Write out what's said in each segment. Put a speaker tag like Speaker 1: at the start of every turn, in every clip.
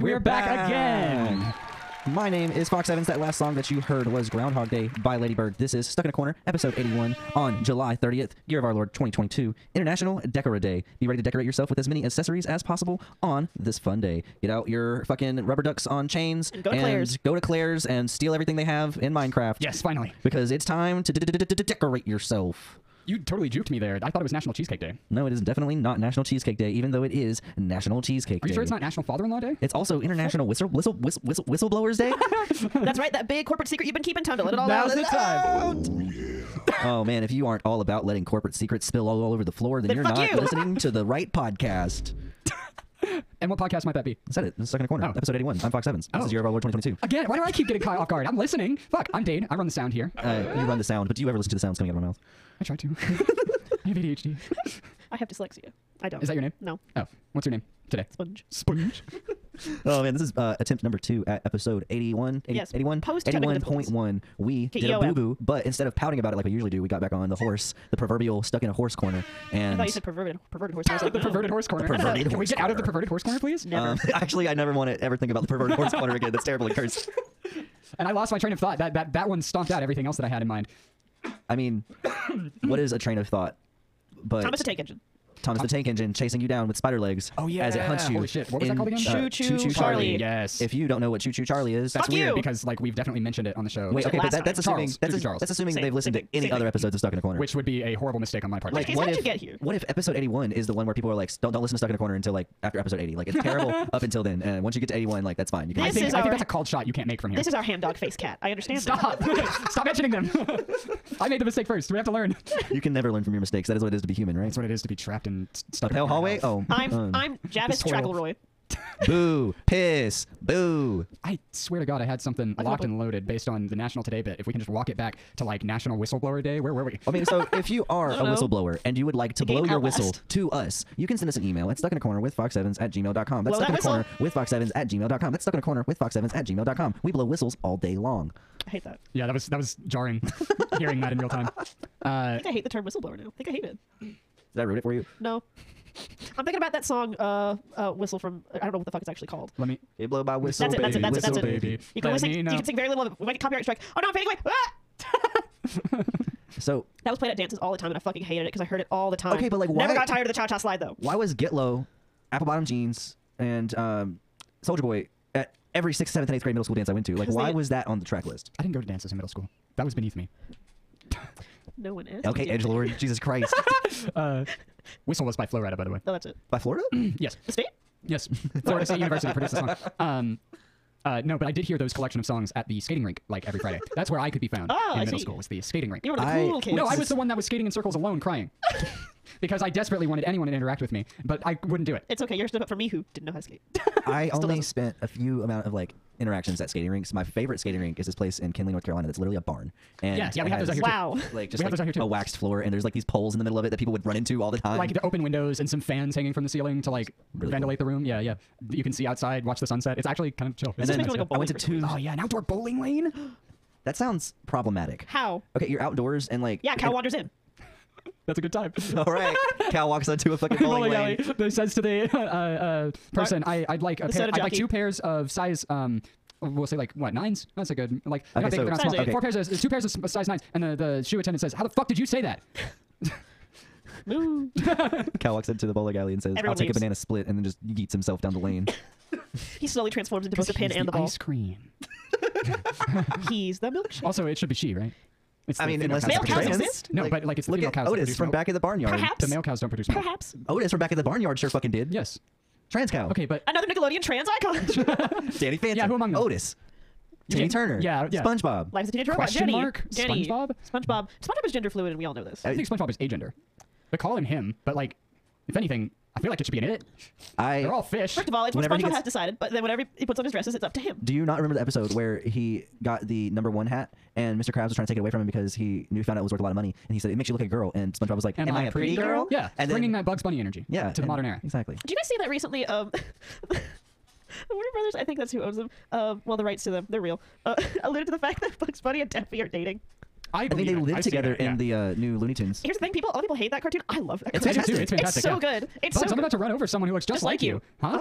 Speaker 1: We're, back, again.
Speaker 2: My name is Fox Evans. That last song that you heard was Groundhog Day by Ladybird. This is Stuck in a Corner, episode 81, on July 30th, year of our Lord 2022, International Decora Day. Be ready to decorate yourself with as many accessories as possible on this fun day. Get out your fucking rubber ducks on chains
Speaker 3: And go to Claire's.
Speaker 2: go to Claire's and steal everything they have in Minecraft.
Speaker 1: Yes, finally.
Speaker 2: Because it's time to d- d- d- d- d- decorate yourself.
Speaker 1: You totally juked me there. I thought it was National Cheesecake Day.
Speaker 2: No, it is definitely not National Cheesecake Day, even though it is National Cheesecake
Speaker 1: Are
Speaker 2: Day.
Speaker 1: you sure it's not National Father-in-law Day?
Speaker 2: It's also International Whistle Whistle Whistle, whistle Whistleblowers Day.
Speaker 3: That's right, that big corporate secret you've been keeping. Time to let it all
Speaker 1: Now's
Speaker 3: out.
Speaker 1: the
Speaker 3: Let it out.
Speaker 1: time.
Speaker 2: oh man, if you aren't all about letting corporate secrets spill all over the floor, then,
Speaker 3: Then
Speaker 2: you're
Speaker 3: fuck
Speaker 2: not
Speaker 3: you.
Speaker 2: listening to the right podcast.
Speaker 1: And what podcast might that be?
Speaker 2: I said it. This is stuck in a corner.
Speaker 1: Oh.
Speaker 2: Episode 81. I'm Fox Evans. This
Speaker 1: Oh.
Speaker 2: is Year of Our Lord 2022.
Speaker 1: Again, why do I keep getting caught off guard? I'm listening. Fuck, I'm Dane. I run the sound here.
Speaker 2: Uh, you run the sound, but do you ever listen to the sounds coming out of my mouth?
Speaker 1: I try to. I have ADHD.
Speaker 3: I have dyslexia. I don't.
Speaker 1: Is that your name?
Speaker 3: No.
Speaker 1: Oh, what's your name today?
Speaker 3: Sponge.
Speaker 1: Sponge.
Speaker 2: Oh man, this is uh, attempt number two at episode 81. 80,
Speaker 3: Yes,
Speaker 2: 81.
Speaker 3: post-technical
Speaker 2: 81.1. We did a
Speaker 3: K-E-O-M.
Speaker 2: boo boo, but instead of pouting about it like we usually do, we got back on the horse, the proverbial stuck in a horse corner.
Speaker 3: I
Speaker 2: And uh,
Speaker 3: thought you said perverted, perverted horse. I was like,
Speaker 1: The
Speaker 3: no.
Speaker 1: perverted horse corner.
Speaker 2: perverted
Speaker 1: Can we
Speaker 2: horse
Speaker 1: get out of the
Speaker 2: corner.
Speaker 1: perverted horse corner, please?
Speaker 3: Never.
Speaker 2: um, actually, I never want to ever think about the perverted horse corner again. That's terribly cursed.
Speaker 1: And I lost my train of thought. That that that one stomped out everything else that I had in mind.
Speaker 2: I mean, what is a train of thought? But
Speaker 3: Thomas the Tank Engine.
Speaker 2: Thomas the Tank Engine chasing you down with spider legs.
Speaker 1: Oh,
Speaker 2: as it hunts
Speaker 1: yeah.
Speaker 2: you.
Speaker 1: Holy shit. What was that
Speaker 2: in,
Speaker 1: called again?
Speaker 2: uh,
Speaker 3: Choo Choo Charlie.
Speaker 1: Yes.
Speaker 2: If you don't know what Choo Choo Charlie is,
Speaker 1: That's
Speaker 3: Fuck
Speaker 1: weird
Speaker 3: you.
Speaker 1: because like we've definitely mentioned it on the show.
Speaker 2: wait,
Speaker 1: which-
Speaker 2: okay, but
Speaker 3: last
Speaker 2: that, that's
Speaker 1: time.
Speaker 2: assuming
Speaker 1: Charles.
Speaker 2: that's,
Speaker 1: Choo Choo Charles.
Speaker 2: that's assuming
Speaker 3: Same-
Speaker 2: they've listened
Speaker 3: same
Speaker 2: to any
Speaker 3: thing.
Speaker 2: other episodes of Stuck in a Corner.
Speaker 1: which would be a horrible mistake on my part.
Speaker 3: Like,
Speaker 1: Like,
Speaker 3: case,
Speaker 2: what
Speaker 3: how'd you
Speaker 2: if-
Speaker 3: get here?
Speaker 2: What if episode 81 is the one where people are like, don't, don't listen to Stuck in a Corner until like after episode 80? Like it's terrible up until then. And once you get to 81, like that's fine. You can
Speaker 1: I
Speaker 3: This
Speaker 1: think,
Speaker 3: is
Speaker 1: I
Speaker 3: our-
Speaker 1: think that's a called shot you can't make from here.
Speaker 3: This is our ham dog face cat. I understand. that.
Speaker 1: Stop! Stop mentioning them. I made the mistake first. We have to learn. That's
Speaker 2: you can never learn from your mistakes. That is what it is to be human, right?
Speaker 1: what it is to be trapped in s- stuck in
Speaker 2: Hell
Speaker 1: a
Speaker 2: hallway?
Speaker 1: house.
Speaker 2: Oh,
Speaker 3: I'm
Speaker 2: um,
Speaker 3: I'm
Speaker 1: This
Speaker 3: Javis
Speaker 1: horrible-
Speaker 3: Trackleroy.
Speaker 2: boo, piss, boo.
Speaker 1: I swear to God, I had something
Speaker 3: I
Speaker 1: locked
Speaker 3: love it.
Speaker 1: and loaded based on the National Today bit. If we can just walk it back to like National Whistleblower Day, where were we?
Speaker 2: I mean, so if you are a
Speaker 3: don't know.
Speaker 2: whistleblower and you would like to
Speaker 3: The game
Speaker 2: blow your
Speaker 3: outlast.
Speaker 2: whistle to us, you can send us an email at stuckinacorner with fox7s at gmail.com. That's
Speaker 3: Blow
Speaker 2: stuck in a
Speaker 3: that
Speaker 2: corner with fox7s at gmail.com. That's stuck in a corner with fox7s at gmail.com. We blow whistles all day long.
Speaker 3: I hate that.
Speaker 1: Yeah, that was that was jarring. hearing that in real time.
Speaker 3: I
Speaker 1: Uh,
Speaker 3: think I hate the term whistleblower now. I think I hate it.
Speaker 2: Did I ruin it for you?
Speaker 3: No. I'm thinking about that song, uh, uh, whistle from I don't know what the fuck it's actually called.
Speaker 1: let me.
Speaker 2: You blow my whistle,
Speaker 3: That's it. That's
Speaker 2: baby,
Speaker 3: it. That's it. That's
Speaker 2: whistle,
Speaker 3: it.
Speaker 2: baby.
Speaker 3: You
Speaker 1: Let
Speaker 3: can, only sing,
Speaker 1: me
Speaker 3: you
Speaker 1: know.
Speaker 3: can sing very little of it. We might get copyright strike. Oh no, I'm fading away. Ah!
Speaker 2: So
Speaker 3: That was played at dances all the time, and I fucking hated it because I heard it all the time.
Speaker 2: Okay, but, like,
Speaker 3: never
Speaker 2: why-
Speaker 3: got tired of the cha cha slide though.
Speaker 2: why was Get Low, Apple Bottom Jeans, and um, Soldier Boy at every sixth, seventh, and eighth grade middle school dance I went to? Like,
Speaker 3: 'Cause
Speaker 2: why
Speaker 3: they-
Speaker 2: was that on the track list?
Speaker 1: I didn't go to dances in middle school. That was beneath me.
Speaker 3: No one is.
Speaker 2: Okay, Edge Lord, Jesus Christ.
Speaker 1: Uh, Whistle was by Flo Rida, by the way.
Speaker 3: No, that's it.
Speaker 2: By Florida?
Speaker 1: Yes.
Speaker 3: The state?
Speaker 1: Yes, Florida State University produced the song. Um, uh, no, but I did hear those collection of songs at the skating rink, like every Friday. That's where Ah, I could be found
Speaker 3: Oh,
Speaker 1: in
Speaker 3: I
Speaker 1: middle
Speaker 3: see.
Speaker 1: school. Was the skating rink?
Speaker 3: You're one of the
Speaker 2: I-
Speaker 3: cool kids.
Speaker 1: No, I was the one that was skating in circles alone, crying, because I desperately wanted anyone to interact with me, but I wouldn't do it.
Speaker 3: It's okay. You're stood up for me who didn't know how to skate.
Speaker 2: I only
Speaker 3: doesn't.
Speaker 2: spent a few amount of like interactions at skating rinks. My favorite skating rink is this place in Kinley, North Carolina. That's literally a barn. And
Speaker 1: Yeah, yeah, we
Speaker 2: it
Speaker 1: have those
Speaker 2: has,
Speaker 1: out here too.
Speaker 3: wow.
Speaker 2: Like
Speaker 1: We
Speaker 2: just
Speaker 1: have those out
Speaker 2: like,
Speaker 1: here too.
Speaker 2: a waxed floor, and there's like these poles in the middle of it that people would run into all the time.
Speaker 1: Like the open windows and some fans hanging from the ceiling to like
Speaker 2: Really
Speaker 1: ventilate the room. Yeah, yeah. You can see outside, watch the sunset. It's actually kind of chill.
Speaker 2: and
Speaker 1: It's
Speaker 2: then
Speaker 3: makes me wanna go
Speaker 2: I went to
Speaker 3: bowling
Speaker 2: two.
Speaker 1: nice. oh yeah, an outdoor bowling lane.
Speaker 2: That sounds problematic.
Speaker 3: How?
Speaker 2: Okay, you're outdoors and like
Speaker 3: Yeah, cow wanders in.
Speaker 1: That's a good time.
Speaker 2: All right, cow walks onto a fucking bowling
Speaker 1: bowling
Speaker 2: lane.
Speaker 1: alley that says to the uh, uh, person, I, I'd like a
Speaker 3: The
Speaker 1: pair,
Speaker 3: soda
Speaker 1: I'd like
Speaker 3: jockey.
Speaker 1: two pairs of size. Um, we'll say like what nines? That's a good like. they're not
Speaker 2: Okay,
Speaker 1: big, they're not
Speaker 2: so-
Speaker 1: small.
Speaker 3: Size eight.
Speaker 1: Four pairs of two pairs of size nines, and the, the shoe attendant says, "How the fuck did you say that?"
Speaker 3: Moo.
Speaker 2: Cow walks into the bowling alley and says, "I'll
Speaker 3: Everyone
Speaker 2: take
Speaker 3: leaves.
Speaker 2: a banana split," and then just yeets himself down the lane.
Speaker 3: he slowly transforms into both the pin
Speaker 1: He's
Speaker 3: and the ball.
Speaker 1: ice cream.
Speaker 3: He's the milkshake.
Speaker 1: Also, it should be she, right? It's
Speaker 2: I
Speaker 1: the
Speaker 2: mean,
Speaker 1: female
Speaker 2: unless
Speaker 1: cows
Speaker 2: it's
Speaker 1: that
Speaker 3: Male cows
Speaker 1: produce milk.
Speaker 3: exist?
Speaker 1: No,
Speaker 2: Like,
Speaker 1: but like it's the
Speaker 2: Look
Speaker 1: female
Speaker 2: at
Speaker 1: cows. that
Speaker 2: Otis
Speaker 1: produce
Speaker 2: from
Speaker 1: milk.
Speaker 2: back at the barnyard.
Speaker 3: Perhaps.
Speaker 1: The male cows don't produce milk.
Speaker 3: Perhaps.
Speaker 2: Otis from back at the barnyard sure fucking did.
Speaker 1: Yes.
Speaker 2: Trans cow.
Speaker 1: Okay, but
Speaker 3: Another Nickelodeon trans icon.
Speaker 2: Danny Phantom.
Speaker 1: Yeah, who among them?
Speaker 2: Otis. Timmy
Speaker 1: Yeah,
Speaker 2: Turner.
Speaker 1: yeah, yeah.
Speaker 2: SpongeBob.
Speaker 3: Life is a teenage robot.
Speaker 1: Question
Speaker 3: Jenny.
Speaker 1: mark?
Speaker 3: Jenny.
Speaker 1: SpongeBob?
Speaker 3: SpongeBob. SpongeBob is gender fluid, and we all know this.
Speaker 2: Uh,
Speaker 1: I think SpongeBob is agender. They call him him, but like, if anything, I feel like it should be an it.
Speaker 2: I
Speaker 1: They're all fish.
Speaker 3: First of all, it's what
Speaker 2: Whenever
Speaker 3: SpongeBob
Speaker 2: he gets-
Speaker 3: has decided, but then whenever he puts on his dresses, it's up to him.
Speaker 2: Do you not remember the episode where he got the number one hat and Mr. Krabs was trying to take it away from him because he knew found out it was worth a lot of money and he said it makes you look like a girl and SpongeBob was like, "Am, I, a pretty, girl?"
Speaker 1: Yeah,
Speaker 2: and
Speaker 1: bringing that Bugs Bunny energy.
Speaker 2: yeah
Speaker 1: to the
Speaker 2: and-
Speaker 1: modern era.
Speaker 2: Exactly.
Speaker 3: Did you guys see that recently? Um, the Warner Brothers, I think that's who owns them. Uh, well, the rights to them, they're real. Uh, alluded to the fact that Bugs Bunny and Daffy are dating.
Speaker 1: I,
Speaker 2: I think
Speaker 1: believe
Speaker 2: they
Speaker 1: it.
Speaker 2: live
Speaker 1: I've seen
Speaker 2: together
Speaker 1: that,
Speaker 2: in
Speaker 1: yeah.
Speaker 2: the uh, new Looney Tunes.
Speaker 3: Here's the thing, people. A lot of people hate that cartoon. I love that
Speaker 2: It's
Speaker 3: cartoon.
Speaker 1: I do too. It's
Speaker 2: It's
Speaker 1: fantastic.
Speaker 3: so
Speaker 1: yeah.
Speaker 3: good. It's
Speaker 1: Bugs,
Speaker 3: so
Speaker 1: I'm about
Speaker 3: good.
Speaker 1: to run over someone who looks just, like you. Huh?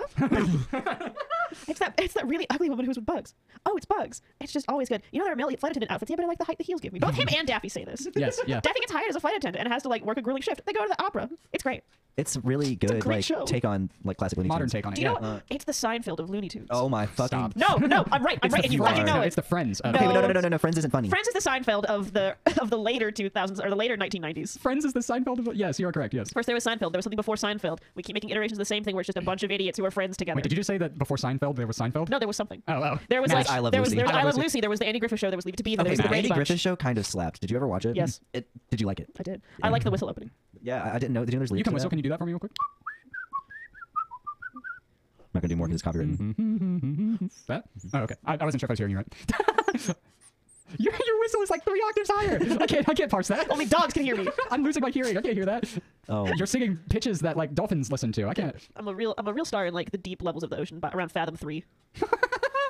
Speaker 3: It's that it's that really ugly woman who was with Bugs. Oh, it's Bugs. It's just always good. You know, there are many flight attendant outfits. Yeah, but I like the height the heels give me. Both him and Daffy say this.
Speaker 1: Yes, yeah.
Speaker 3: Daffy gets hired as a flight attendant and has to like work a grueling shift. They go to the opera. It's great.
Speaker 2: It's really good,
Speaker 3: great
Speaker 2: like
Speaker 3: show.
Speaker 2: take on like classic Looney
Speaker 1: Modern
Speaker 2: Tunes.
Speaker 1: take on it.
Speaker 3: Do you
Speaker 1: yeah.
Speaker 3: know? what? it's the Seinfeld of Looney Tunes.
Speaker 2: Oh my fucking.
Speaker 1: Stop.
Speaker 3: No, no, I'm right. I'm
Speaker 1: It's
Speaker 3: right,
Speaker 1: the
Speaker 3: and you
Speaker 1: Friends.
Speaker 3: fucking know
Speaker 1: No,
Speaker 3: it.
Speaker 1: It's the friends. Of
Speaker 2: Okay, but no,
Speaker 3: No.
Speaker 2: no, no, no, no. Friends isn't funny.
Speaker 3: Friends is the Seinfeld of the of the later 2000s or the later 1990s.
Speaker 1: Friends is the Seinfeld. Of, yes, you are correct. Yes.
Speaker 3: First there was Seinfeld. There was something before Seinfeld. We keep making iterations of the same thing where it's just a bunch of idiots who are friends together.
Speaker 1: Wait, did you just say that before Seinfeld there was Seinfeld?
Speaker 3: No, there was something.
Speaker 1: Oh, oh.
Speaker 3: There was
Speaker 2: Now
Speaker 3: like
Speaker 2: it's I Love
Speaker 3: there was
Speaker 2: Lucy.
Speaker 3: there was
Speaker 1: I Love
Speaker 3: I Love
Speaker 1: Lucy.
Speaker 3: Lucy. There was the Andy Griffith Show. There was Leave It to Beaver.
Speaker 2: Okay,
Speaker 3: there was
Speaker 2: the
Speaker 3: the Brady
Speaker 2: Andy
Speaker 3: Bunch.
Speaker 2: Griffith Show kind of slapped. Did you ever watch it?
Speaker 3: Yes.
Speaker 2: It, did you like it?
Speaker 3: I did. I like the whistle opening.
Speaker 2: Yeah, I, I didn't know. Did you know there's lyrics
Speaker 1: You
Speaker 2: to
Speaker 1: can whistle.
Speaker 2: that?
Speaker 1: Can you do that for me real quick?
Speaker 2: I'm not gonna do more because it's copyrighted.
Speaker 1: Mm-hmm. That?
Speaker 3: Mm-hmm.
Speaker 1: Oh, okay. I, I wasn't sure if I was hearing you right. your, your whistle is like three octaves higher. I can't. I can't parse that.
Speaker 3: Only dogs can hear me.
Speaker 1: I'm losing my hearing. I can't hear that.
Speaker 2: Oh.
Speaker 1: You're singing pitches that like dolphins listen to. I can't.
Speaker 3: I'm a real I'm a real star in like the deep levels of the ocean, but around fathom three.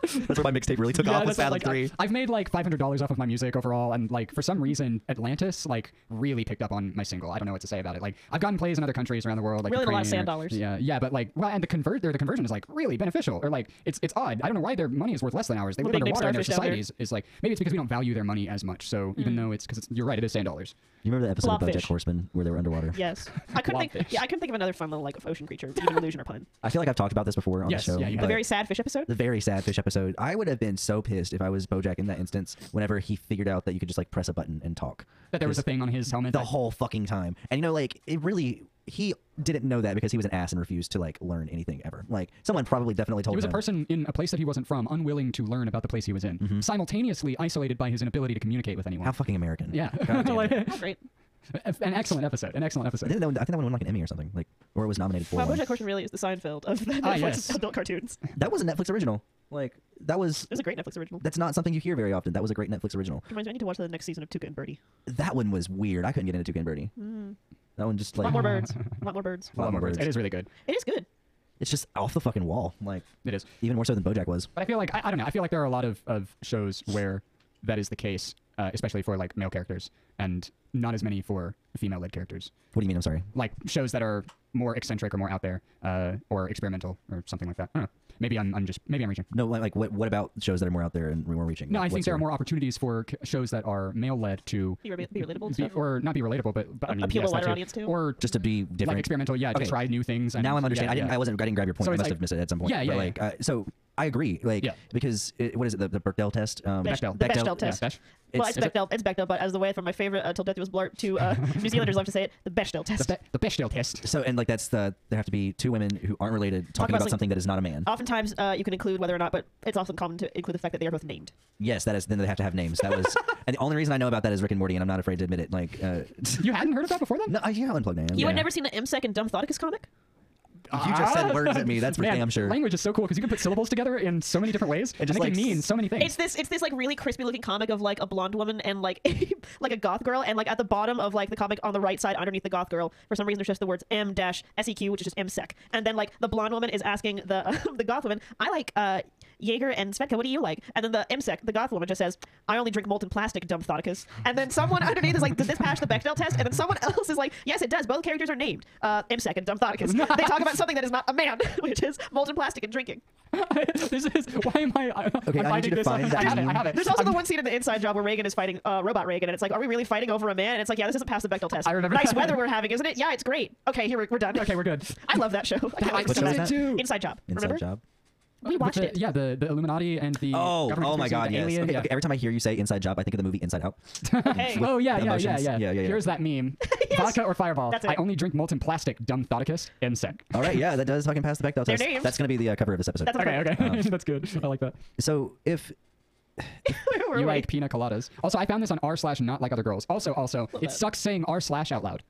Speaker 2: That's where my mixtape really took
Speaker 1: Yeah,
Speaker 2: off
Speaker 1: that's
Speaker 2: with Fathom
Speaker 1: like, I-
Speaker 2: 3.
Speaker 1: I've made like five hundred dollars off of my music overall, and like for some reason, Atlantis like really picked up on my single. I don't know what to say about it. Like I've gotten plays in other countries around the world, like
Speaker 3: Really a lot of
Speaker 1: Ukraine
Speaker 3: sand
Speaker 1: or-
Speaker 3: dollars.
Speaker 1: Yeah, yeah, but like well, and the convert there, the conversion is like really beneficial, or like it's it's odd. I don't know why their money is worth less than ours. They
Speaker 3: What
Speaker 1: live
Speaker 3: a big
Speaker 1: underwater, and their
Speaker 3: starfish Mm. down there.
Speaker 1: societies is like maybe it's because we don't value their money as much. So even though it's because you're right, it is sand dollars.
Speaker 2: You remember the episode of
Speaker 3: Blobfish.
Speaker 2: BoJack Horseman where they were underwater?
Speaker 3: Yes. I couldn't think
Speaker 1: Blobfish.
Speaker 3: yeah, I couldn't think of another fun little like ocean creature, even illusion or pun.
Speaker 2: I feel like I've talked about this before on
Speaker 1: Yes,
Speaker 2: the show.
Speaker 1: yeah, you
Speaker 2: but
Speaker 1: have.
Speaker 3: The very sad fish episode.
Speaker 2: the very sad fish episode. I would have been so pissed if I was BoJack in that instance. Whenever he figured out that you could just like press a button and talk.
Speaker 1: That there was a thing on his helmet.
Speaker 2: the
Speaker 1: that-
Speaker 2: whole fucking time. And you know, like it really he didn't know that because he was an ass and refused to like learn anything ever. Like someone probably definitely told
Speaker 1: He was a
Speaker 2: him.
Speaker 1: person in a place that he wasn't from, unwilling to learn about the place he was in, simultaneously isolated by his inability to communicate with anyone.
Speaker 2: Mm-hmm. How fucking American.
Speaker 1: yeah,
Speaker 2: God damn
Speaker 1: Like,
Speaker 2: it.
Speaker 3: Oh, great.
Speaker 1: an excellent episode. An excellent
Speaker 2: I
Speaker 1: episode.
Speaker 2: think, that one, I think that one won like an Emmy or something, like or it was nominated for.
Speaker 3: Wow,
Speaker 2: one.
Speaker 3: BoJack Horseman really is the Seinfeld of the
Speaker 1: Ah,
Speaker 3: Netflix
Speaker 1: yes.
Speaker 3: adult cartoons. It
Speaker 2: That was a Netflix original. Like that was
Speaker 3: was a great Netflix original.
Speaker 2: that's not something you hear very often. That was a great Netflix original.
Speaker 3: Reminds me, I need to watch the next season of Tuca and Birdie.
Speaker 2: That one was weird. I couldn't get into Toucan Birdie. That one just
Speaker 3: A
Speaker 2: like
Speaker 3: lot Mm. more birds. A lot more birds.
Speaker 1: Love More Birds. It is really good.
Speaker 3: It is good.
Speaker 2: it's just off the fucking wall. Like
Speaker 1: It is.
Speaker 2: even more so than BoJack was.
Speaker 1: But I feel like I, I don't know. I feel like there are a lot of, of shows where that is the case, uh, especially for like male characters, and not as many for female led characters.
Speaker 2: What do you mean? I'm sorry.
Speaker 1: Like shows that are more eccentric or more out there, uh, or experimental or something like that. I don't know. Maybe I'm, I'm just maybe I'm reaching.
Speaker 2: No, like, like what? What about shows that are more out there and more reaching?
Speaker 1: No, I
Speaker 2: Like,
Speaker 1: think
Speaker 2: what's
Speaker 1: there are
Speaker 2: your-
Speaker 1: more opportunities for c- shows that are male led to
Speaker 3: Be, re- be relatable. and
Speaker 1: be,
Speaker 3: stuff.
Speaker 1: or not be relatable, but, but I mean,
Speaker 3: Appeal to
Speaker 1: yes, that
Speaker 3: wider audience, too?
Speaker 1: or
Speaker 2: just to be different.
Speaker 1: like experimental. Yeah,
Speaker 2: Okay.
Speaker 1: to try new things. And,
Speaker 2: now I'm understanding.
Speaker 1: Yeah,
Speaker 2: I didn't.
Speaker 1: yeah.
Speaker 2: I wasn't. I didn't grab your point.
Speaker 1: So
Speaker 2: I
Speaker 1: it's
Speaker 2: must
Speaker 1: like-
Speaker 2: have missed it at some point.
Speaker 1: Yeah, yeah,
Speaker 2: But
Speaker 1: yeah.
Speaker 2: like, uh, so I agree. Like,
Speaker 1: Yeah.
Speaker 2: because it, what is it? The, the Bechdel test. Um,
Speaker 3: Bechdel. The Bechdel test.
Speaker 1: Besh.
Speaker 3: well, it's
Speaker 2: It's-
Speaker 1: it's
Speaker 3: Bechdel. It's Bechdel, but as the way from my favorite uh, Till Death Do Us Blart to uh, New Zealanders love to say it, the Bechdel
Speaker 1: The,
Speaker 3: test.
Speaker 1: be- the Bechdel test.
Speaker 2: So and like that's the there have to be two women who aren't related talking
Speaker 3: about
Speaker 2: about, something
Speaker 3: something-
Speaker 2: that is not a man.
Speaker 1: Oh.
Speaker 3: Oftentimes, uh, you can include whether or not, but it's often common to include the fact that they are both named.
Speaker 2: Yes, that is. Then they have to have names. That was. and the only reason I know about that is Rick and Morty, and I'm not afraid to admit it. Like, uh,
Speaker 1: You hadn't heard of that before then?
Speaker 2: no, I hear how unplugged I am.
Speaker 3: You
Speaker 2: yeah.
Speaker 3: had never seen the MSEC and Dumb Thoticus comic?
Speaker 2: You just said words at me. That's for
Speaker 1: Man,
Speaker 2: damn sure.
Speaker 1: Language is so cool because you can put syllables together in so many different ways.
Speaker 2: It
Speaker 1: It
Speaker 2: just,
Speaker 1: just like
Speaker 2: like,
Speaker 1: means so many things.
Speaker 3: It's this, it's this like really crispy looking comic of like a blonde woman and like like a goth girl, and like at the bottom of like the comic on the right side underneath the goth girl, for some reason there's just the words M dash SEQ, which is just MSEC, and then like the blonde woman is asking the the goth woman, I like uh Jaeger and Svetka, what do you like? And then the MSEC, the goth woman, just says, I only drink molten plastic, Dumb Thoticus. And then someone underneath is like, Does this pass the Bechdel test? And then someone else is like, Yes, it does. Both characters are named uh, MSEC and Dumb Thoticus. they talk about something that is not a man, which is molten plastic and drinking.
Speaker 1: this is why am I? I
Speaker 2: Okay, I
Speaker 1: I'm finding
Speaker 2: need you to
Speaker 1: this.
Speaker 2: find
Speaker 1: on-
Speaker 2: that
Speaker 1: I have it.
Speaker 2: meme.
Speaker 1: I have it.
Speaker 3: There's also the
Speaker 1: I'm-
Speaker 3: one scene in the Inside Job where Reagan is fighting uh, Robot Reagan, and it's like, are we really fighting over a man? And it's like, yeah, this isn't pass the Bechdel test.
Speaker 1: I remember
Speaker 3: Nice
Speaker 1: that.
Speaker 3: weather we're having, isn't it? Yeah, it's great. Okay, here we're, we're done.
Speaker 1: Okay, we're good.
Speaker 3: I love that show. I can't wait
Speaker 1: I
Speaker 3: to see
Speaker 2: show is that?
Speaker 3: that.
Speaker 1: too.
Speaker 3: Inside Job.
Speaker 2: Inside
Speaker 3: remember?
Speaker 2: job.
Speaker 3: We
Speaker 1: With
Speaker 3: watched
Speaker 1: the-
Speaker 3: it.
Speaker 1: Yeah, the, the Illuminati and the
Speaker 2: Oh,
Speaker 1: government
Speaker 2: oh
Speaker 1: conspiracy,
Speaker 2: my God,
Speaker 1: the
Speaker 2: yes.
Speaker 1: alien,
Speaker 2: okay,
Speaker 1: yeah.
Speaker 2: okay, every time I hear you say inside job, I think of the movie Inside Out.
Speaker 3: Hey.
Speaker 1: Oh yeah, yeah, yeah,
Speaker 2: emotions.
Speaker 1: yeah,
Speaker 2: Yeah, yeah, yeah.
Speaker 1: Here's that meme: vodka or fireball.
Speaker 3: That's it.
Speaker 1: I only drink molten plastic. Dumb thoticus. Insect.
Speaker 2: All right, yeah, that does fucking pass the Bechdel
Speaker 3: They're
Speaker 2: test.
Speaker 3: named.
Speaker 2: That's gonna be the uh, cover of this episode.
Speaker 3: That's
Speaker 1: Okay, okay,
Speaker 2: Um,
Speaker 1: that's good. I like that.
Speaker 2: so if
Speaker 3: We're
Speaker 1: You
Speaker 3: like-
Speaker 1: like pina coladas. Also, I found this on r slash not like other girls. Also, also, it
Speaker 3: that.
Speaker 1: sucks saying r slash out loud.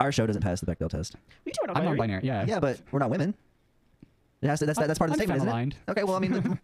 Speaker 2: our show doesn't pass the Bechdel test.
Speaker 3: we two are
Speaker 1: I'm non-binary. Yeah.
Speaker 2: Yeah, but we're not women. It has to, that's, that's part of the
Speaker 1: I'm
Speaker 2: statement, isn't it?
Speaker 1: femme-aligned.
Speaker 2: Okay, well, I mean,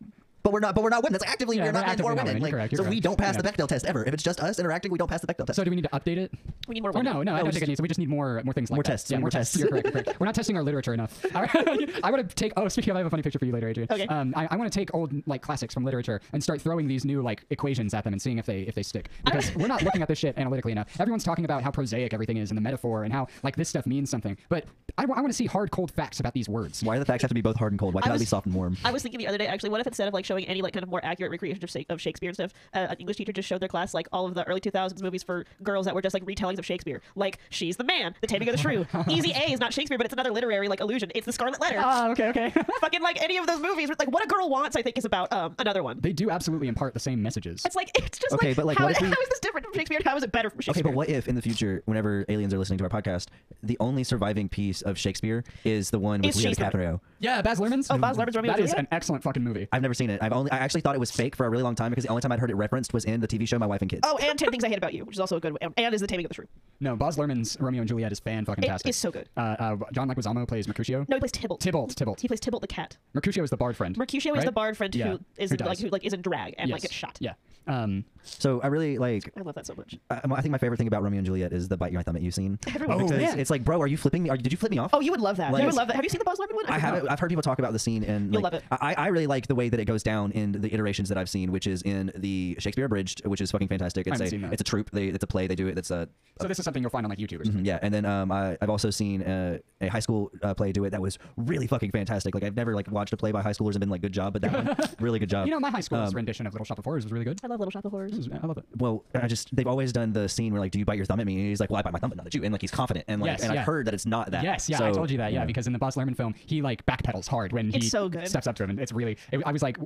Speaker 2: but we're not. But we're not women. That's actively
Speaker 1: Yeah,
Speaker 2: we're
Speaker 1: we're
Speaker 2: not men
Speaker 1: actively
Speaker 2: or
Speaker 1: not
Speaker 2: women.
Speaker 1: women.
Speaker 2: Like,
Speaker 1: Correct,
Speaker 2: so
Speaker 1: you're
Speaker 2: we
Speaker 1: correct.
Speaker 2: don't pass
Speaker 1: Yeah.
Speaker 2: the Bechdel test ever. If it's just us interacting, we don't pass the Bechdel test.
Speaker 1: So do we need to update it?
Speaker 3: We need more
Speaker 1: Or
Speaker 3: women.
Speaker 1: Oh, no, no, I don't think it needs. We just need more, more things like
Speaker 2: More
Speaker 1: that.
Speaker 2: tests,
Speaker 1: Yeah,
Speaker 2: we need
Speaker 1: more,
Speaker 2: more
Speaker 1: tests. You're
Speaker 2: tests.
Speaker 1: correct, you're correct. We're not testing our literature enough. I want to take. Oh, speaking of, I have a funny picture for you later, Adrian.
Speaker 3: Okay.
Speaker 1: Um, I, I want to take old like classics from literature and start throwing these new like equations at them and seeing if they if they stick. Because we're not looking at this shit analytically enough. Everyone's talking about how prosaic everything is and the metaphor and how like this stuff means something. But I, want to see hard, cold facts about these words.
Speaker 2: Why do the facts have to be both hard and cold? Why can't it
Speaker 3: was-
Speaker 2: be soft and warm?
Speaker 3: I was thinking the other day, actually, what if instead of like showing any like kind of more accurate recreation of, Sha- of Shakespeare and stuff, uh, an English teacher just showed their class like all of the early 2000s movies for girls that were just like retellings of Shakespeare, like She's the Man, The Taming of the Shrew, Easy A is not Shakespeare, but it's another literary like allusion. It's The Scarlet Letter.
Speaker 1: Ah, okay, okay.
Speaker 3: Fucking like any of those movies, like What a Girl Wants, I think is about um another one.
Speaker 1: they do absolutely impart the same messages.
Speaker 3: It's like it's just
Speaker 2: Okay,
Speaker 3: like,
Speaker 2: but, like,
Speaker 3: how,
Speaker 2: what if we-
Speaker 3: how is this different from Shakespeare? and How is it better from
Speaker 2: Okay,
Speaker 3: Shakespeare?
Speaker 2: but what if in the future, whenever aliens are listening to our podcast, the only surviving piece of Shakespeare is the one with
Speaker 3: Is
Speaker 2: Leo
Speaker 3: Shakespeare.
Speaker 2: DiCaprio?
Speaker 1: yeah, Baz Luhrmann's.
Speaker 3: Oh, Baz Luhrmann's Romeo
Speaker 1: That
Speaker 3: and
Speaker 1: is
Speaker 3: Juliet?
Speaker 1: an excellent fucking movie.
Speaker 2: I've never seen it. I've only I actually thought it was fake for a really long time because the only time I'd heard it referenced was in the TV show My Wife and Kids.
Speaker 3: Oh, and Ten Things I Hate About You, which is also a good one, and is The Taming of the Shrew.
Speaker 1: No, Baz Luhrmann's Romeo and Juliet is fan fucking
Speaker 3: It
Speaker 1: tastic.
Speaker 3: is so good.
Speaker 1: Uh, uh, John Leguizamo plays Mercutio.
Speaker 3: No, he plays Tybalt.
Speaker 1: Tybalt, Tybalt.
Speaker 3: He plays Tybalt the cat.
Speaker 1: Mercutio is the bard friend.
Speaker 3: Mercutio is
Speaker 1: right?
Speaker 3: the bard friend
Speaker 1: Yeah,
Speaker 3: who is
Speaker 1: dies.
Speaker 3: like who like is in drag and like
Speaker 1: Yes,
Speaker 3: gets shot.
Speaker 1: Yeah. Um,
Speaker 2: So I really like.
Speaker 3: I love that so much.
Speaker 2: I, I think my favorite thing about Romeo and Juliet is the bite your thumb at you scene.
Speaker 3: Everyone
Speaker 1: Oh,
Speaker 2: because
Speaker 1: man.
Speaker 2: it's like, bro, are you flipping me? Are, did you flip me off?
Speaker 3: Oh, you would love that.
Speaker 2: Like-
Speaker 3: you would love that. Have you seen the Buzz Lemon one?
Speaker 2: I
Speaker 3: don't
Speaker 2: have not I've heard people talk about the scene, and
Speaker 3: You'll
Speaker 2: like,
Speaker 3: love it.
Speaker 2: I, I really like the way that it goes down in the iterations that I've seen, which is in the Shakespeare Abridged, which is fucking fantastic. It's
Speaker 1: haven't
Speaker 2: a
Speaker 1: seen that.
Speaker 2: it's a troupe. They, it's a play. They do it. It's a
Speaker 1: so this is something you'll find on like YouTube or something.
Speaker 2: Mhm, yeah, and then um, I, I've also seen uh, a high school uh, play do it that was really fucking fantastic. Like I've never like watched a play by high schoolers and been like, good job, but that one, really good job.
Speaker 1: You know, my high school's
Speaker 2: Um,
Speaker 1: rendition of Little Shop of Horrors was really good.
Speaker 3: I love Little Shop of Horrors.
Speaker 1: This is- I love it.
Speaker 2: well, I just they've always done the scene where like, do you bite your thumb at me? And he's like, well, I bite my thumb, but not at you. And like he's confident, and like,
Speaker 1: Yes,
Speaker 2: and
Speaker 1: yeah.
Speaker 2: I've heard that it's not that.
Speaker 1: Yes, yeah, I
Speaker 2: So,
Speaker 1: told you that. Yeah, because in the Boss Lerman film, he like backpedals hard when he
Speaker 3: It's so good.
Speaker 1: steps up to him, and it's really. It, I was like,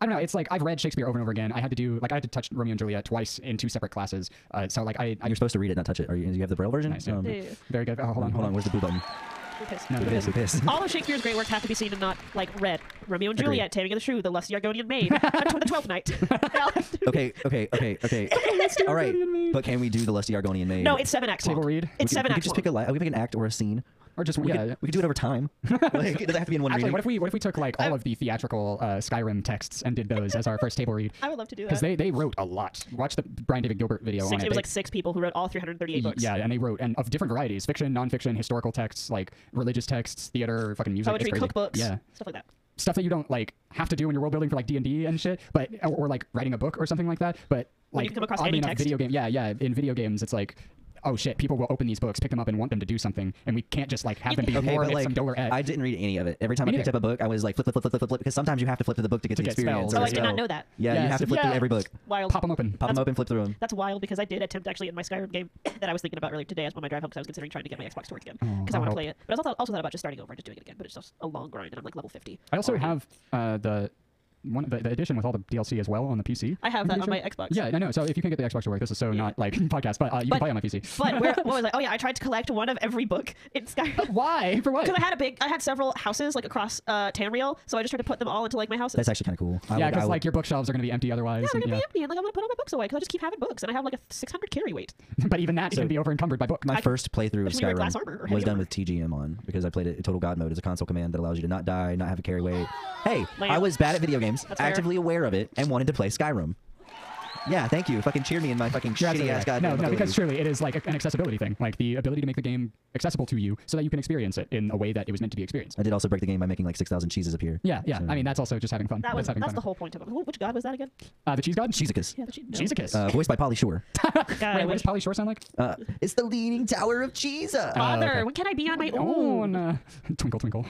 Speaker 1: I don't know. It's like I've read Shakespeare over and over again. I had to do like I had to touch Romeo and Juliet twice in two separate classes. Uh, so like I, I
Speaker 2: you're supposed to read it, not touch it. Are you? Do you have the braille version? Um,
Speaker 1: Nice, yeah.
Speaker 3: Yeah, yeah, yeah.
Speaker 1: very good. Oh, hold on,
Speaker 2: Hold on, where's the blue button?
Speaker 3: Who pissed?
Speaker 1: No,
Speaker 3: Who
Speaker 1: no,
Speaker 3: pissed?
Speaker 2: Who pissed?
Speaker 3: All of Shakespeare's great works have to be seen and not like read. Romeo and
Speaker 1: Agreed.
Speaker 3: Juliet, Taming of the Shrew, The Lusty Argonian Maid, A Tw- The Twelfth Night. They all have to-
Speaker 2: Okay, okay, okay, okay. All right, but can we do the lusty Argonian maid?
Speaker 3: no, it's seven acts.
Speaker 1: Table
Speaker 3: long.
Speaker 1: read? We
Speaker 3: It's
Speaker 2: we
Speaker 3: seven
Speaker 2: could
Speaker 3: acts.
Speaker 2: just pick a
Speaker 3: long.
Speaker 2: li- we could pick an act or a scene.
Speaker 1: or just
Speaker 2: We,
Speaker 1: yeah.
Speaker 2: could,
Speaker 1: yeah.
Speaker 2: we could do it over time. Like, it doesn't have to be in one
Speaker 1: Actually,
Speaker 2: reading.
Speaker 1: what if we what if we took like all of the theatrical uh, Skyrim texts and did those as our first table read?
Speaker 3: I would love to do
Speaker 1: Because
Speaker 3: that.
Speaker 1: they, they wrote a lot. Watch the Brian David Gilbert video on
Speaker 3: Six,
Speaker 1: it.
Speaker 3: it was
Speaker 1: They-
Speaker 3: like six people who wrote all 338 books.
Speaker 1: Yeah, and they wrote and of different varieties: fiction, nonfiction, historical texts, like religious texts, theater, fucking music, it's
Speaker 3: poetry,
Speaker 1: crazy.
Speaker 3: cookbooks,
Speaker 1: yeah,
Speaker 3: stuff like that.
Speaker 1: stuff that you don't like have to do when you're world building for like D and D and shit, but or, or, like writing a book or something like that. But
Speaker 3: When
Speaker 1: like
Speaker 3: you come across
Speaker 1: oddly
Speaker 3: any
Speaker 1: enough,
Speaker 3: text.
Speaker 1: video game, yeah, yeah, in video games, it's like. Oh shit! People will open these books, pick them up, and want them to do something, and we can't just like have them be
Speaker 2: Okay,
Speaker 1: more
Speaker 2: but like
Speaker 1: some dollar ad.
Speaker 2: I didn't read any of it. Every time
Speaker 1: Me
Speaker 2: I picked
Speaker 1: neither.
Speaker 2: up a book, I was like flip, flip, flip, flip, flip, flip, because sometimes you have to flip through the book to get
Speaker 1: To
Speaker 2: the
Speaker 1: get
Speaker 2: experience.
Speaker 1: spells
Speaker 2: or
Speaker 1: or
Speaker 3: Oh, I did
Speaker 2: spell.
Speaker 3: not know that.
Speaker 2: Yeah,
Speaker 1: Yeah,
Speaker 2: you have
Speaker 1: so-
Speaker 2: to flip
Speaker 1: yeah.
Speaker 2: through every book.
Speaker 3: Wild.
Speaker 1: Pop them open.
Speaker 2: Pop them open, flip through them.
Speaker 3: That's wild because I did attempt actually in my Skyrim game that I was thinking about earlier today as on my drive home because I was considering trying to get my Xbox Torch again because I
Speaker 1: I
Speaker 3: want to
Speaker 1: hope.
Speaker 3: play it. But I also thought, also thought about just starting over and just doing it again. But it's just a long grind, and I'm like level 50.
Speaker 1: I also
Speaker 3: already.
Speaker 1: have uh, the one the, the edition with all the DLC as well on the PC.
Speaker 3: I have that
Speaker 1: Pretty
Speaker 3: on my Xbox.
Speaker 1: Yeah, I know. So if you can get the Xbox to work, this is so not like podcast, but uh, you
Speaker 3: But-
Speaker 1: can play on my PC.
Speaker 3: But where, what was I? Oh yeah, I tried to collect one of every book in Skyrim.
Speaker 1: Why? For what?
Speaker 3: Because I had a big, I had several houses like across uh, Tamriel, so I just tried to put them all into like my houses.
Speaker 2: That's actually kind of cool. I
Speaker 1: yeah,
Speaker 2: would- I
Speaker 1: because
Speaker 2: would-
Speaker 1: like your bookshelves are going to be empty otherwise.
Speaker 3: yeah, they're
Speaker 1: and,
Speaker 3: gonna be empty, and like I'm gonna put all my books away because I just keep having books, and I have like a 600 carry weight.
Speaker 1: but even that is
Speaker 2: So-
Speaker 1: going to be over encumbered by book.
Speaker 2: my
Speaker 1: I-
Speaker 2: first playthrough of
Speaker 3: Should we wear glass
Speaker 2: Skyrim
Speaker 3: armor or
Speaker 2: was
Speaker 3: heavy
Speaker 2: done
Speaker 3: armor?
Speaker 2: with TGM on because I played it in Total God mode as a console command that allows you to not die, not have a carry weight. Hey,
Speaker 3: Lame.
Speaker 2: I was bad at video games,
Speaker 3: That's fair.
Speaker 2: actively aware of it, and wanted to play Skyrim. Yeah, thank you. Fucking cheer me in my fucking
Speaker 1: You're absolutely
Speaker 2: shitty ass
Speaker 1: right. No,
Speaker 2: goddamn
Speaker 1: no, because
Speaker 2: ability.
Speaker 1: truly it is like an accessibility thing, like the ability to make the game accessible to you so that you can experience it in a way that it was meant to be experienced.
Speaker 2: I did also break the game by making like 6,000 cheeses appear.
Speaker 1: Yeah, yeah.
Speaker 2: So-
Speaker 1: I mean, that's also just having fun.
Speaker 3: That was
Speaker 1: that's having
Speaker 3: that's
Speaker 1: fun.
Speaker 3: the whole point of it. Wh- Which god was that again?
Speaker 1: uh, the cheese god.
Speaker 2: Cheesicus.
Speaker 3: Yeah, the G- no.
Speaker 1: Cheese a kiss.
Speaker 2: Uh, voiced by Polly Shore.
Speaker 3: God, I
Speaker 1: Wait, what
Speaker 3: wish-
Speaker 1: does Polly Shore sound like?
Speaker 2: Uh, it's the leaning tower of Cheesa.
Speaker 1: Uh,
Speaker 3: Father,
Speaker 1: okay.
Speaker 3: when can I be on my
Speaker 1: Oh,
Speaker 3: own?
Speaker 1: and, uh, twinkle twinkle.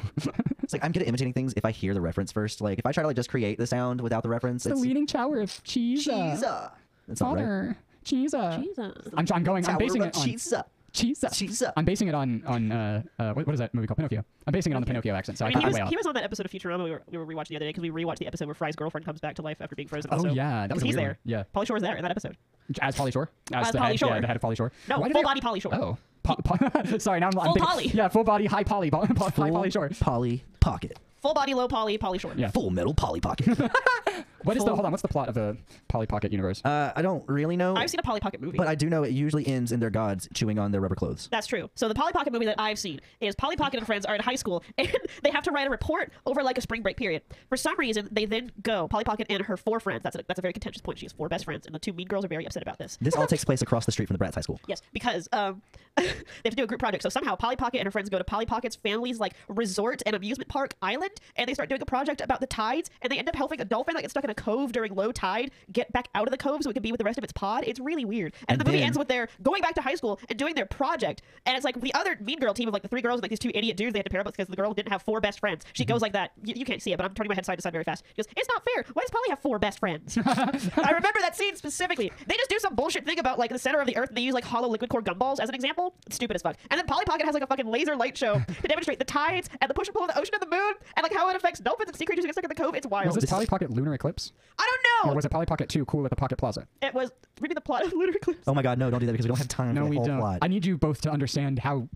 Speaker 2: It's like I'm good at imitating things if I hear the reference first. Like if I try to like just create the sound without the reference,
Speaker 1: the
Speaker 2: it's
Speaker 1: leaning tower of cheese.
Speaker 2: Cheesa. That's not right.
Speaker 1: Father, cheese.
Speaker 3: Jesus.
Speaker 1: I'm, I'm going. I'm
Speaker 2: Tower
Speaker 1: basing
Speaker 2: of
Speaker 1: it on
Speaker 2: Cheesa.
Speaker 1: cheese.
Speaker 2: Cheese.
Speaker 1: I'm basing it on on uh, uh what, what is that movie called? Pinocchio. I'm basing it on the Pinocchio accent. So I,
Speaker 3: I mean,
Speaker 1: think
Speaker 3: he
Speaker 1: I'm
Speaker 3: was,
Speaker 1: way off.
Speaker 3: he was on that episode of Futurama we were, we were rewatching the other day because we rewatched the episode where Fry's girlfriend comes back to life after being frozen.
Speaker 1: Oh,
Speaker 3: also.
Speaker 1: yeah, that was a
Speaker 3: he's
Speaker 1: weird
Speaker 3: there.
Speaker 1: one. Yeah.
Speaker 3: Polly Shore's there in that episode.
Speaker 1: As Polly Shore.
Speaker 3: As
Speaker 1: the
Speaker 3: Pauly
Speaker 1: head,
Speaker 3: Shore.
Speaker 1: Yeah, the head of Polly Shore.
Speaker 3: No,
Speaker 1: did
Speaker 3: full
Speaker 1: they-
Speaker 3: body Pauly Shore.
Speaker 1: Oh. Po- po- Sorry, now I'm, I'm
Speaker 3: Full
Speaker 1: thinking-
Speaker 3: Polly.
Speaker 1: Yeah, full body, high Polly, bo- po- high Polly Shore.
Speaker 2: Polly Pocket.
Speaker 3: Full body, low Polly, Polly Shore.
Speaker 1: Yeah.
Speaker 2: Full metal Polly Pocket.
Speaker 1: What is the
Speaker 3: Full-
Speaker 1: hold on? What's the plot of the Polly Pocket universe?
Speaker 2: Uh, I don't really know,
Speaker 3: I've seen a Polly Pocket movie.
Speaker 2: but I do know it usually ends in their gods chewing on their rubber clothes.
Speaker 3: That's true. So the Polly Pocket movie that I've seen is Polly Pocket and friends are in high school and they have to write a report over like a spring break period. For some reason, they then go Polly Pocket and her four friends. That's a, that's a very contentious point. She has four best friends, and the two mean girls are very upset about this.
Speaker 2: This all takes place across the street from the Bratz High School.
Speaker 3: Yes, because um, they have to do a group project. So somehow Polly Pocket and her friends go to Polly Pocket's family's like resort and amusement park island, and they start doing a project about the tides, and they end up helping a dolphin that gets stuck in a cove during low tide get back out of the cove so it can be with the rest of its pod. It's really weird. And,
Speaker 2: And
Speaker 3: the movie
Speaker 2: then-
Speaker 3: ends with their going back to high school and doing their project, and it's like the other Mean Girl team of like the three girls and like these two idiot dudes they had to pair up with because the girl didn't have four best friends. She
Speaker 2: Mm-hmm.
Speaker 3: goes like that. You, you can't see it, but I'm turning my head side to side very fast. She goes, "It's not fair. Why does Polly have four best friends?" I remember that scene specifically. They just do some bullshit thing about like the center of the earth and they use like hollow liquid core gumballs as an example. It's stupid as fuck. And then Polly Pocket has like a fucking laser light show to demonstrate the tides and the push and pull of the ocean and the moon and like how it affects dolphins and sea creatures who get stuck in the cove. It's wild.
Speaker 1: was this Polly Pocket Lunar Eclipse,
Speaker 3: I don't
Speaker 1: or
Speaker 3: know.
Speaker 1: was it Polly Pocket Two Cool at the Pocket Plaza?
Speaker 3: it was reading the plot of Lunar Eclipse.
Speaker 2: Oh my god, no, don't do that because we don't have time
Speaker 1: No,
Speaker 2: for the
Speaker 1: we
Speaker 2: whole
Speaker 1: don't.
Speaker 2: plot.
Speaker 1: I need you both to understand how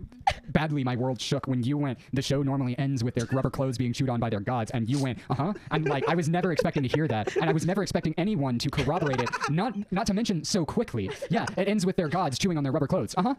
Speaker 1: badly my world shook when you went. The show normally ends with their rubber clothes being chewed on by their gods, and you went, uh huh. I'm like, I was never expecting to hear that, and I was never expecting anyone to corroborate it. Not, not to mention so quickly. Yeah, it ends with their gods chewing on their rubber clothes. Uh huh.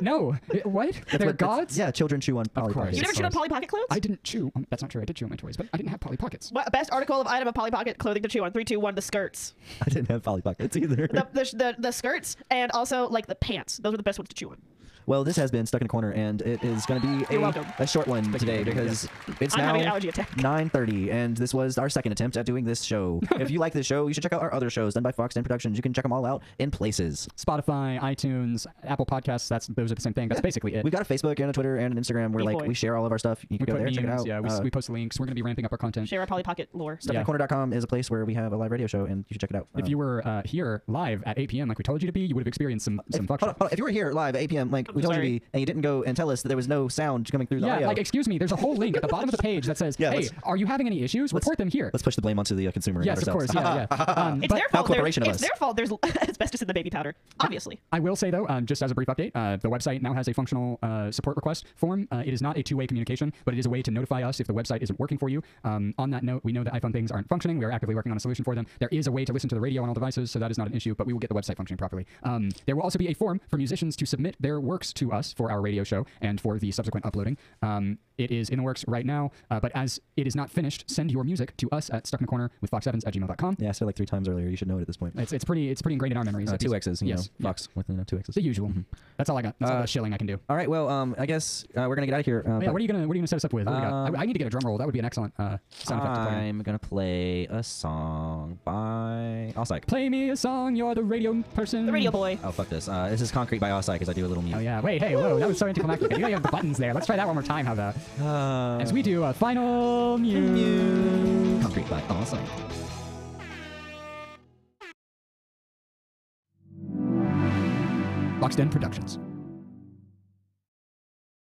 Speaker 1: No, it- what? their
Speaker 2: But that's-
Speaker 1: gods?
Speaker 2: Yeah, children chew on Polly
Speaker 1: course.
Speaker 2: Pocket.
Speaker 3: You never showed on Polly Pocket clothes?
Speaker 1: I didn't chew. on- That's not true. I did chew on my toys, but I didn't have Polly Pockets.
Speaker 3: What- Best article of item of Polly Pocket clothing to chew on. Three, two, one. The skirts,
Speaker 2: I didn't have Polly Pockets either.
Speaker 3: the, the, the, the skirts, and also like the pants. Those were the best ones to chew on.
Speaker 2: Well, this has been Stuck in a Corner, and it is going to be
Speaker 3: You're
Speaker 2: a,
Speaker 3: welcome.
Speaker 2: a short one today
Speaker 1: for doing
Speaker 2: because it's
Speaker 3: I'm
Speaker 2: now
Speaker 3: having an allergy attack.
Speaker 2: 9.30, and this was our second attempt at doing this show. if you like this show, you should check out our other shows done by Fox 10 Productions. You can check them all out in places.
Speaker 1: Spotify, iTunes, Apple Podcasts. That's those are the same thing. That's basically it.
Speaker 2: We've got a Facebook and a Twitter and an Instagram where
Speaker 3: Hey,
Speaker 2: like
Speaker 3: boy.
Speaker 2: we share all of our stuff. You
Speaker 1: We
Speaker 2: can go
Speaker 1: put
Speaker 2: there, check it
Speaker 1: memes.
Speaker 2: out.
Speaker 1: Yeah, we,
Speaker 2: uh,
Speaker 1: we post links. We're gonna be ramping up our content.
Speaker 3: Share our Polly Pocket lore.
Speaker 1: Yeah.
Speaker 2: stuckinacorner.com is a place where we have a live radio show, and you should check it out.
Speaker 1: If
Speaker 2: Um,
Speaker 1: you were uh, here live at 8 p.m. like we told you to be, you would have experienced some some fuck
Speaker 2: Hold on,
Speaker 1: shit.
Speaker 2: hold on. If you were here live at 8 p.m., like we told
Speaker 3: sorry.
Speaker 2: you, to be, and you didn't go and tell us that there was no sound coming through the
Speaker 1: Yeah,
Speaker 2: audio,
Speaker 1: like excuse me. There's a whole link at the bottom of the page that says,
Speaker 2: Yeah,
Speaker 1: "Hey,
Speaker 2: let's-
Speaker 1: are you having any issues? Report them here."
Speaker 2: let's push the blame onto the uh, consumer. and
Speaker 1: Yes, of
Speaker 2: ourselves.
Speaker 1: course. Yeah, yeah. Um,
Speaker 3: It's
Speaker 1: but
Speaker 3: their
Speaker 2: How
Speaker 3: fault. there-
Speaker 2: corporation of
Speaker 3: it's
Speaker 2: us.
Speaker 3: their fault. There's asbestos in the baby powder, obviously.
Speaker 1: I will say though, um, just as a brief update, uh, the website now has a functional uh, support request form. Uh, it is not a two-way communication, but it is a way to notify us if the website isn't working for you. Um, on that note, we know that iPhone things aren't functioning. We are actively working on a solution for them. There is a way to listen to the radio on all devices, so that is not an issue. But we will get the website functioning properly. Um, there will also be a form for musicians to submit their works to us for our radio show and for the subsequent uploading. Um, it is in the works right now, uh, but as it is not finished, send your music to us at stuck in the corner with fox7s at gmail.com.
Speaker 2: Yeah, I said like three times earlier. You should know it at this point.
Speaker 1: It's, it's pretty it's pretty ingrained in our memories.
Speaker 2: Uh,
Speaker 1: At least-
Speaker 2: two X's, you
Speaker 1: yes,
Speaker 2: know, Fox with you know, two X's. Mm-hmm.
Speaker 1: the usual. That's all I got. That's all
Speaker 2: Uh,
Speaker 1: the shilling I can do.
Speaker 2: All right, well, um, I guess uh, we're gonna get out of here. Um,
Speaker 1: Oh, yeah, what are you gonna What are you gonna set us up with? What do we got?
Speaker 2: um,
Speaker 1: I, I need to get a drum roll. That would be an excellent uh, sound effect. to put in.
Speaker 2: I'm gonna play a song by Osike.
Speaker 1: Play me a song. You're the radio person.
Speaker 3: The radio boy.
Speaker 2: Oh fuck this! Uh, this is Concrete by Osike because I do a little mute.
Speaker 1: Oh yeah. Wait. Hey. Whoa. That was so anticlimactic. you gotta have the buttons there. Let's try that one more time. How about
Speaker 2: Uh,
Speaker 1: as we do a final mute.
Speaker 2: Concrete by Osike.
Speaker 1: Boxed In Productions.